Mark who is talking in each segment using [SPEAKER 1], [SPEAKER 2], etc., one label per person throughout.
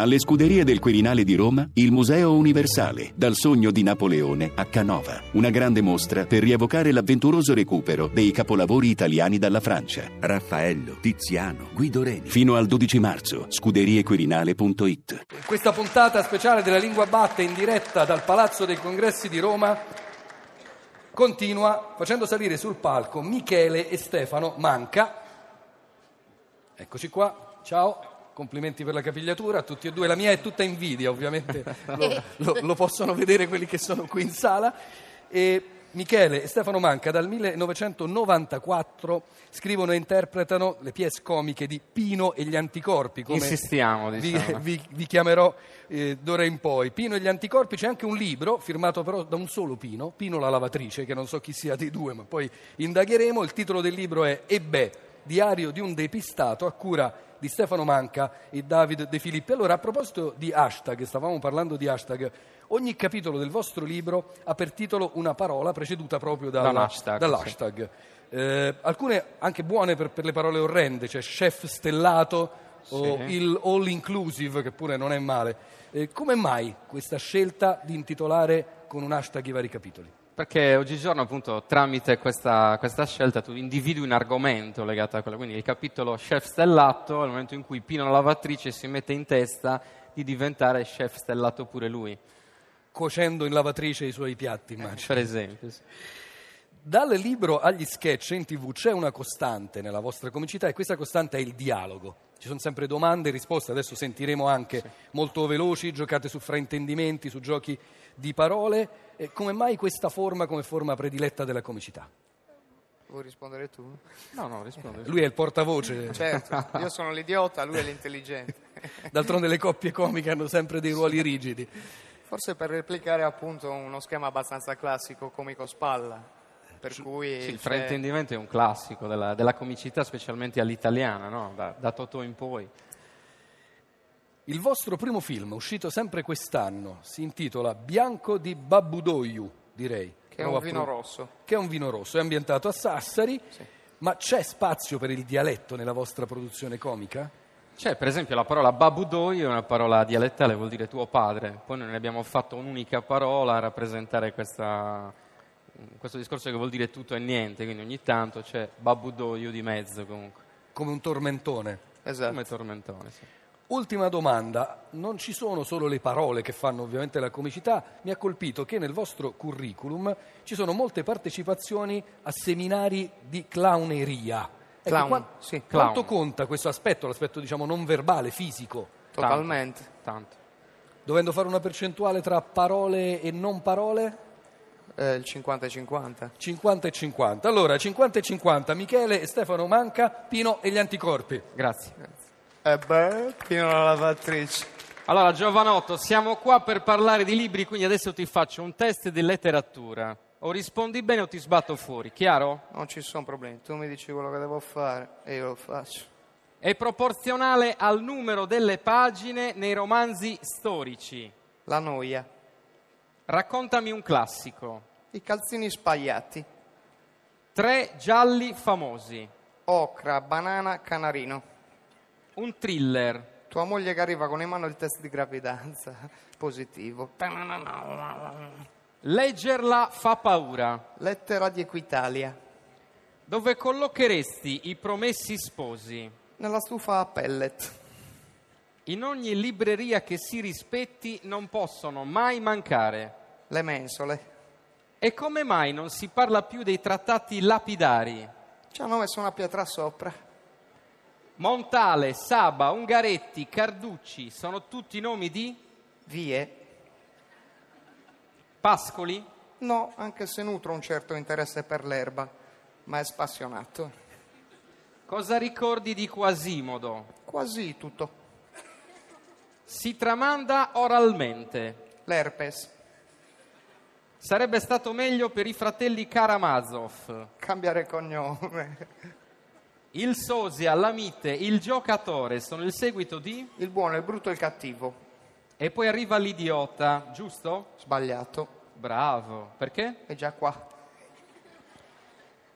[SPEAKER 1] Alle scuderie del Quirinale di Roma, il Museo Universale, dal sogno di Napoleone a Canova. Una grande mostra per rievocare l'avventuroso recupero dei capolavori italiani dalla Francia.
[SPEAKER 2] Raffaello, Tiziano, Guido Reni.
[SPEAKER 1] Fino al 12 marzo, scuderiequirinale.it.
[SPEAKER 3] Questa puntata speciale della Lingua Batte in diretta dal Palazzo dei Congressi di Roma continua facendo salire sul palco Michele e Stefano Manca. Eccoci qua, ciao. Complimenti per la capigliatura a tutti e due. La mia è tutta invidia, ovviamente lo, lo- lo possono vedere quelli che sono qui in sala. E Michele e Stefano Manca dal 1994 scrivono e interpretano le pièce comiche di Pino e gli anticorpi. Come
[SPEAKER 4] Insistiamo,
[SPEAKER 3] vi,
[SPEAKER 4] diciamo.
[SPEAKER 3] vi- vi chiamerò eh, d'ora in poi. Pino e gli anticorpi, c'è anche un libro firmato però da un solo Pino, Pino la lavatrice, che non so chi sia dei due, ma poi indagheremo. Il titolo del libro è Ebbe, diario di un depistato a cura di Stefano Manca e David De Filippi. Allora, a proposito di hashtag, stavamo parlando di hashtag, ogni capitolo del vostro libro ha per titolo una parola preceduta proprio dalla-
[SPEAKER 4] Dall'hashtag,
[SPEAKER 3] dall'hashtag
[SPEAKER 4] sì.
[SPEAKER 3] hashtag. Eh, alcune anche buone per, per le parole orrende, cioè chef stellato o
[SPEAKER 4] Sì.
[SPEAKER 3] il all inclusive, che pure non è male. Eh, come mai questa scelta di intitolare con un hashtag i vari capitoli?
[SPEAKER 4] Perché oggigiorno, appunto, tramite questa, questa scelta tu individui un argomento legato a quello. Quindi il capitolo Chef Stellato, nel momento in cui Pino la lavatrice si mette in testa di diventare chef stellato pure lui,
[SPEAKER 3] Cuocendo in lavatrice i suoi piatti, immagino.
[SPEAKER 4] Eh, per esempio. sì.
[SPEAKER 3] Dal libro agli sketch in tv c'è una costante nella vostra comicità e questa costante è il dialogo. Ci sono sempre domande e risposte, adesso sentiremo anche molto veloci, giocate su fraintendimenti, su giochi di parole. E come mai questa forma come forma prediletta della comicità?
[SPEAKER 5] Vuoi rispondere tu?
[SPEAKER 4] No, no, rispondo.
[SPEAKER 3] Lui è il portavoce,
[SPEAKER 5] Certo, io sono l'idiota, lui è l'intelligente.
[SPEAKER 3] d'altronde le coppie comiche hanno sempre dei ruoli rigidi.
[SPEAKER 5] Forse per replicare appunto uno schema abbastanza classico, comico spalla, per cui...
[SPEAKER 4] Sì, il
[SPEAKER 5] c'è-
[SPEAKER 4] fraintendimento è un classico della, della comicità, specialmente all'italiana, no? da, da Totò in poi.
[SPEAKER 3] Il vostro primo film, uscito sempre quest'anno, si intitola Bianco di Babbudoiu, direi.
[SPEAKER 5] Che è un
[SPEAKER 3] Prova a
[SPEAKER 5] vino
[SPEAKER 3] pro-
[SPEAKER 5] rosso.
[SPEAKER 3] che è un vino rosso, è ambientato a Sassari, ma c'è spazio per il dialetto nella vostra produzione comica?
[SPEAKER 4] C'è Cioè, per esempio la parola babudoi, è una parola dialettale, vuol dire tuo padre. Poi noi ne abbiamo fatto un'unica parola a rappresentare questa- questo discorso che vuol dire tutto e niente, quindi ogni tanto c'è babudoio di mezzo comunque,
[SPEAKER 3] Come un tormentone.
[SPEAKER 5] Esatto.
[SPEAKER 4] come tormentone. sì.
[SPEAKER 3] Ultima domanda, non ci sono solo le parole che fanno ovviamente la comicità, mi ha colpito che nel vostro curriculum ci sono molte partecipazioni a seminari di clowneria. Ecco,
[SPEAKER 5] Clown,
[SPEAKER 3] qua-
[SPEAKER 5] sì,
[SPEAKER 3] Quanto
[SPEAKER 4] clown.
[SPEAKER 3] conta questo aspetto, l'aspetto diciamo non verbale, fisico,
[SPEAKER 5] Totalmente.
[SPEAKER 4] Tanto.
[SPEAKER 3] dovendo fare una percentuale tra parole e non parole?
[SPEAKER 5] Eh, il 50-50.
[SPEAKER 3] 50 e 50. Allora, 50 e 50, Michele e Stefano Manca, Pino e gli anticorpi.
[SPEAKER 4] Grazie.
[SPEAKER 5] E beh, fino alla lavatrice.
[SPEAKER 4] Allora Giovanotto, siamo qua per parlare di libri, quindi adesso ti faccio un test di letteratura. O rispondi bene o ti sbatto fuori, chiaro?
[SPEAKER 5] Non ci sono problemi, tu mi dici quello che devo fare e io lo faccio.
[SPEAKER 4] È proporzionale al numero delle pagine nei romanzi storici.
[SPEAKER 5] La noia.
[SPEAKER 4] Raccontami un classico.
[SPEAKER 5] I calzini spagliati.
[SPEAKER 4] Tre gialli famosi.
[SPEAKER 5] Ocra, banana, canarino.
[SPEAKER 4] Un thriller.
[SPEAKER 5] Tua moglie che arriva con in mano il test di gravidanza. Positivo.
[SPEAKER 4] Leggerla fa paura.
[SPEAKER 5] Lettera di Equitalia.
[SPEAKER 4] Dove collocheresti i promessi sposi?
[SPEAKER 5] Nella stufa a pellet.
[SPEAKER 4] In ogni libreria che si rispetti non possono mai mancare.
[SPEAKER 5] Le mensole.
[SPEAKER 4] E come mai non si parla più dei trattati lapidari?
[SPEAKER 5] Ci hanno messo una pietra sopra.
[SPEAKER 4] Montale, Saba, Ungaretti, Carducci sono tutti nomi di
[SPEAKER 5] Vie.
[SPEAKER 4] Pascoli?
[SPEAKER 5] No, anche se nutro un certo interesse per l'erba, ma è spassionato.
[SPEAKER 4] Cosa ricordi di Quasimodo?
[SPEAKER 5] Quasi tutto.
[SPEAKER 4] Si tramanda oralmente.
[SPEAKER 5] L'herpes.
[SPEAKER 4] Sarebbe stato meglio per i fratelli Karamazov.
[SPEAKER 5] Cambiare cognome.
[SPEAKER 4] Il sosia, la mite, il giocatore sono il seguito di...
[SPEAKER 5] Il buono, il brutto e il cattivo.
[SPEAKER 4] E poi arriva l'idiota, giusto?
[SPEAKER 5] Sbagliato.
[SPEAKER 4] Bravo. Perché?
[SPEAKER 5] È già qua.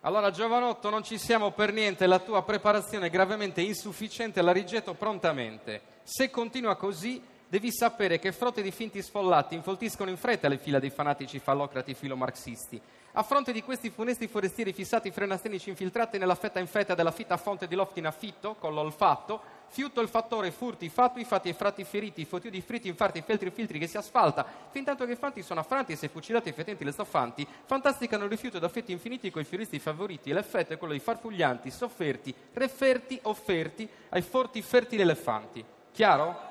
[SPEAKER 4] Allora, giovanotto, non ci siamo per niente, la tua preparazione è gravemente insufficiente, la rigetto prontamente. Se continua così, Devi sapere che frotte di finti sfollati infoltiscono in fretta le fila dei fanatici fallocrati filomarxisti. A fronte di questi funesti forestieri fissati frenastenici infiltrati nella fetta infetta della fitta fonte di loftina fitto, con l'olfatto, fiutto il fattore, furti, fatui, fatti e fratti feriti, fotiudi, fritti, infarti, feltri, filtri che si asfalta, fin tanto che fanti sono affranti e se fucilati e fetenti le staffanti, fantasticano il rifiuto da fetti infiniti coi fioristi favoriti, e l'effetto è quello di farfuglianti, sofferti, referti, offerti, ai forti fertili elefanti. Chiaro?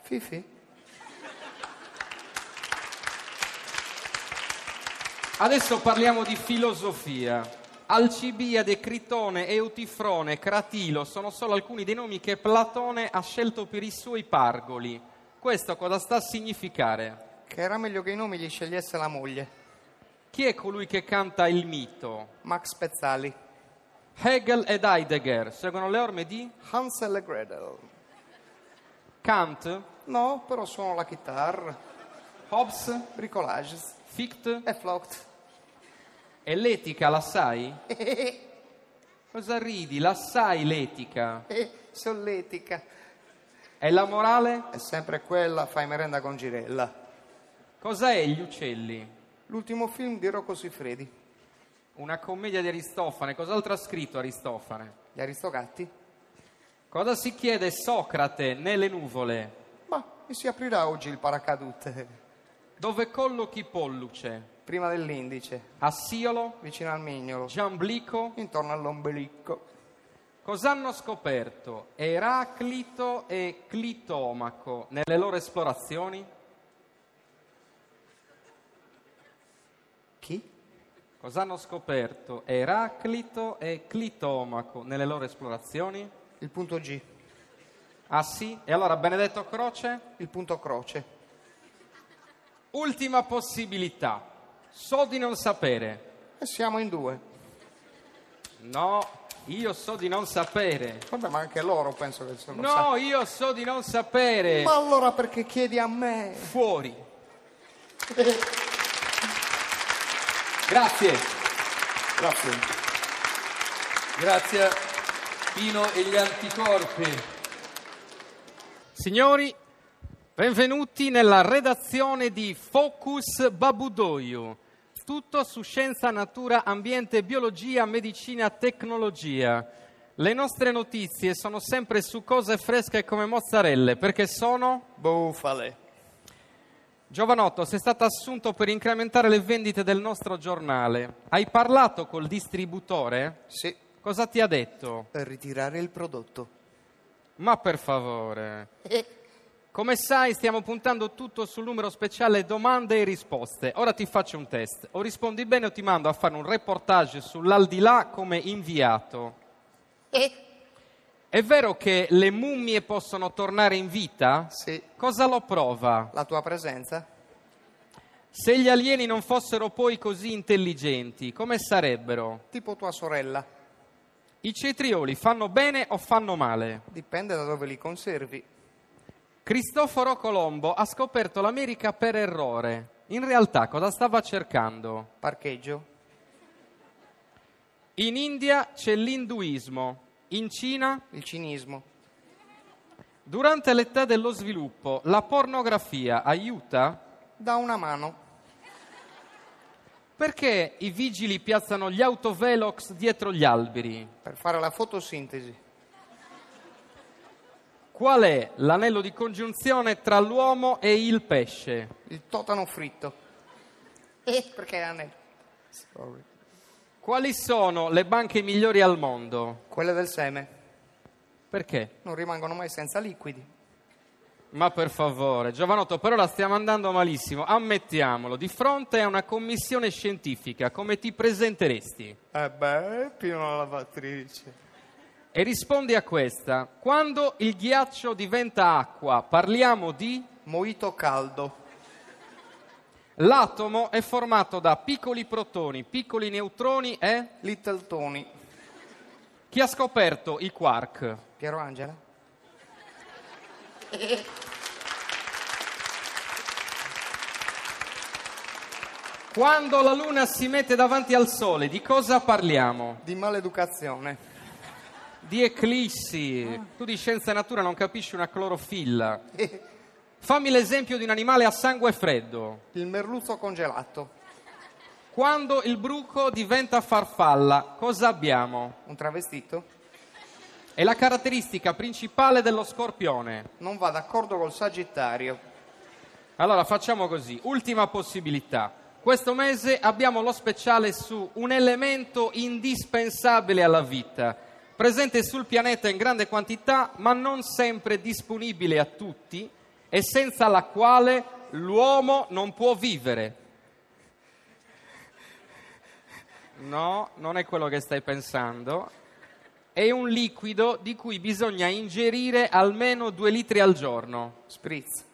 [SPEAKER 5] Fifi?
[SPEAKER 4] Adesso parliamo di filosofia. Alcibiade, Critone, Eutifrone, Cratilo sono solo alcuni dei nomi che Platone ha scelto per i suoi pargoli. Questo cosa sta a significare?
[SPEAKER 5] Che era meglio che i nomi gli scegliesse la moglie.
[SPEAKER 4] Chi è colui che canta il mito?
[SPEAKER 5] Max Pezzali.
[SPEAKER 4] Hegel ed Heidegger seguono le orme di
[SPEAKER 5] Hansel e Gretel.
[SPEAKER 4] Kant,
[SPEAKER 5] No, però suono la chitarra.
[SPEAKER 4] Hobbes,
[SPEAKER 5] Bricolages.
[SPEAKER 4] Fichte
[SPEAKER 5] E flocked.
[SPEAKER 4] e l'etica, la sai? Cosa ridi? La sai l'etica?
[SPEAKER 5] Solletica.
[SPEAKER 4] E la morale?
[SPEAKER 5] È sempre quella, fai merenda con Girella.
[SPEAKER 4] Cos'è gli uccelli?
[SPEAKER 5] L'ultimo film di Rocco Siffredi.
[SPEAKER 4] Una commedia di Aristofane. Cos'altro ha scritto Aristofane?
[SPEAKER 5] Gli Aristogatti.
[SPEAKER 4] Cosa si chiede Socrate nelle nuvole?
[SPEAKER 5] Ma mi si aprirà oggi il paracadute.
[SPEAKER 4] Dove collochi Polluce?
[SPEAKER 5] Prima dell'indice,
[SPEAKER 4] Assiolo?
[SPEAKER 5] vicino al mignolo,
[SPEAKER 4] Giamblico?
[SPEAKER 5] intorno all'ombelico.
[SPEAKER 4] Cos'hanno scoperto Eraclito e Clitomaco nelle loro esplorazioni?
[SPEAKER 5] Chi?
[SPEAKER 4] Cos'hanno scoperto Eraclito e Clitomaco nelle loro esplorazioni?
[SPEAKER 5] Il punto G,
[SPEAKER 4] Ah sì? E allora Benedetto Croce?
[SPEAKER 5] il punto croce.
[SPEAKER 4] Ultima possibilità. So di non sapere.
[SPEAKER 5] E siamo in due.
[SPEAKER 4] No, io so di non sapere.
[SPEAKER 5] Vabbè, ma anche loro penso che se lo sa.
[SPEAKER 4] No, io so di non sapere.
[SPEAKER 5] Ma allora perché chiedi a me?
[SPEAKER 4] Fuori. Grazie.
[SPEAKER 5] Grazie.
[SPEAKER 3] Grazie a Pino e gli anticorpi.
[SPEAKER 4] Signori, benvenuti nella redazione di Focus Babudoio. Tutto su scienza, natura, ambiente, biologia, medicina, tecnologia. Le nostre notizie sono sempre su cose fresche come mozzarelle, perché sono...
[SPEAKER 5] Bufale.
[SPEAKER 4] Giovanotto, sei stato assunto per incrementare le vendite del nostro giornale. Hai parlato col distributore?
[SPEAKER 5] Sì,
[SPEAKER 4] Cosa ti ha detto?
[SPEAKER 5] per ritirare il prodotto.
[SPEAKER 4] Ma per favore. Come sai, stiamo puntando tutto sul numero speciale domande e risposte. Ora ti faccio un test. O rispondi bene o ti mando a fare un reportage sull'aldilà come inviato. È vero che le mummie possono tornare in vita?
[SPEAKER 5] Sì.
[SPEAKER 4] Cosa lo prova?
[SPEAKER 5] La tua presenza?
[SPEAKER 4] Se gli alieni non fossero poi così intelligenti, come sarebbero?
[SPEAKER 5] Tipo tua sorella.
[SPEAKER 4] I cetrioli fanno bene o fanno male?
[SPEAKER 5] Dipende da dove li conservi.
[SPEAKER 4] Cristoforo Colombo ha scoperto l'America per errore. In realtà cosa stava cercando?
[SPEAKER 5] Parcheggio?
[SPEAKER 4] In India c'è l'induismo, in Cina,
[SPEAKER 5] Il cinismo?
[SPEAKER 4] durante l'età dello sviluppo, la pornografia aiuta?
[SPEAKER 5] Da una mano.
[SPEAKER 4] Perché i vigili piazzano gli autovelox dietro gli alberi?
[SPEAKER 5] Per fare la fotosintesi.
[SPEAKER 4] Qual è l'anello di congiunzione tra l'uomo e il pesce?
[SPEAKER 5] Il totano fritto. Eh, perché Anel? Sorry.
[SPEAKER 4] Quali sono le banche migliori al mondo?
[SPEAKER 5] Quelle del seme
[SPEAKER 4] Perché?
[SPEAKER 5] non rimangono mai senza liquidi.
[SPEAKER 4] Ma per favore, Giovanotto, però la stiamo andando malissimo, ammettiamolo. Di fronte a una commissione scientifica, come ti presenteresti?
[SPEAKER 5] Eh beh, più una lavatrice.
[SPEAKER 4] E rispondi a questa. Quando il ghiaccio diventa acqua, parliamo di...
[SPEAKER 5] Moito caldo.
[SPEAKER 4] L'atomo è formato da piccoli protoni, piccoli neutroni e...
[SPEAKER 5] Little Tony.
[SPEAKER 4] Chi ha scoperto i quark?
[SPEAKER 5] Piero Angela?
[SPEAKER 4] Quando la luna si mette davanti al sole, di cosa parliamo?
[SPEAKER 5] Di maleducazione.
[SPEAKER 4] Di eclissi. Tu di scienza e natura non capisci una clorofilla.
[SPEAKER 5] Eh,
[SPEAKER 4] Fammi l'esempio di un animale a sangue freddo.
[SPEAKER 5] Il merluzzo congelato,
[SPEAKER 4] Quando il bruco diventa farfalla, cosa abbiamo?
[SPEAKER 5] un travestito,
[SPEAKER 4] È la caratteristica principale dello scorpione.
[SPEAKER 5] non va d'accordo col sagittario.
[SPEAKER 4] Allora facciamo così, ultima possibilità. Questo mese abbiamo lo speciale su un elemento indispensabile alla vita, presente sul pianeta in grande quantità, ma non sempre disponibile a tutti e senza la quale l'uomo non può vivere. No, non è quello che stai pensando. È un liquido di cui bisogna ingerire almeno due litri al giorno.
[SPEAKER 5] Spritz.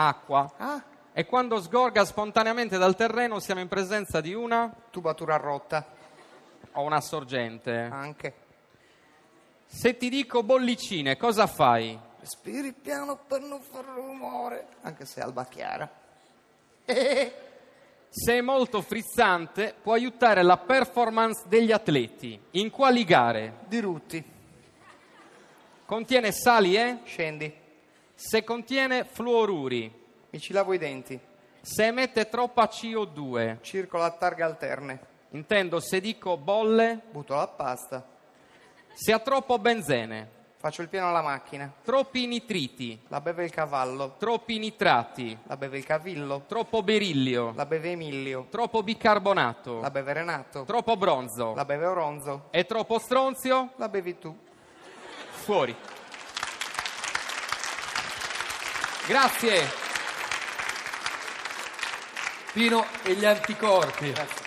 [SPEAKER 4] Acqua.
[SPEAKER 5] Ah,
[SPEAKER 4] E quando sgorga spontaneamente dal terreno siamo in presenza di una
[SPEAKER 5] tubatura rotta,
[SPEAKER 4] o una sorgente.
[SPEAKER 5] anche.
[SPEAKER 4] Se ti dico bollicine, cosa fai?
[SPEAKER 5] Respiri piano per non far rumore, anche se è alba chiara.
[SPEAKER 4] Se è molto frizzante, può aiutare la performance degli atleti. In quali gare?
[SPEAKER 5] Di rutti,
[SPEAKER 4] Contiene sali e?
[SPEAKER 5] scendi,
[SPEAKER 4] Se contiene fluoruri.
[SPEAKER 5] mi ci lavo i denti,
[SPEAKER 4] Se emette troppa CO2.
[SPEAKER 5] circolo a targhe alterne,
[SPEAKER 4] Intendo se dico bolle,
[SPEAKER 5] butto la pasta,
[SPEAKER 4] se ha troppo benzene,
[SPEAKER 5] faccio il pieno alla macchina,
[SPEAKER 4] troppi nitriti,
[SPEAKER 5] la beve il cavallo,
[SPEAKER 4] troppi nitrati,
[SPEAKER 5] la beve il cavillo,
[SPEAKER 4] troppo berillio,
[SPEAKER 5] la beve Emilio,
[SPEAKER 4] troppo bicarbonato.
[SPEAKER 5] la beve Renato,
[SPEAKER 4] Troppo bronzo.
[SPEAKER 5] la beve Oronzo,
[SPEAKER 4] E troppo stronzio?
[SPEAKER 5] la bevi tu.
[SPEAKER 4] Fuori. Grazie.
[SPEAKER 3] Pino e gli anticorpi.
[SPEAKER 5] Grazie.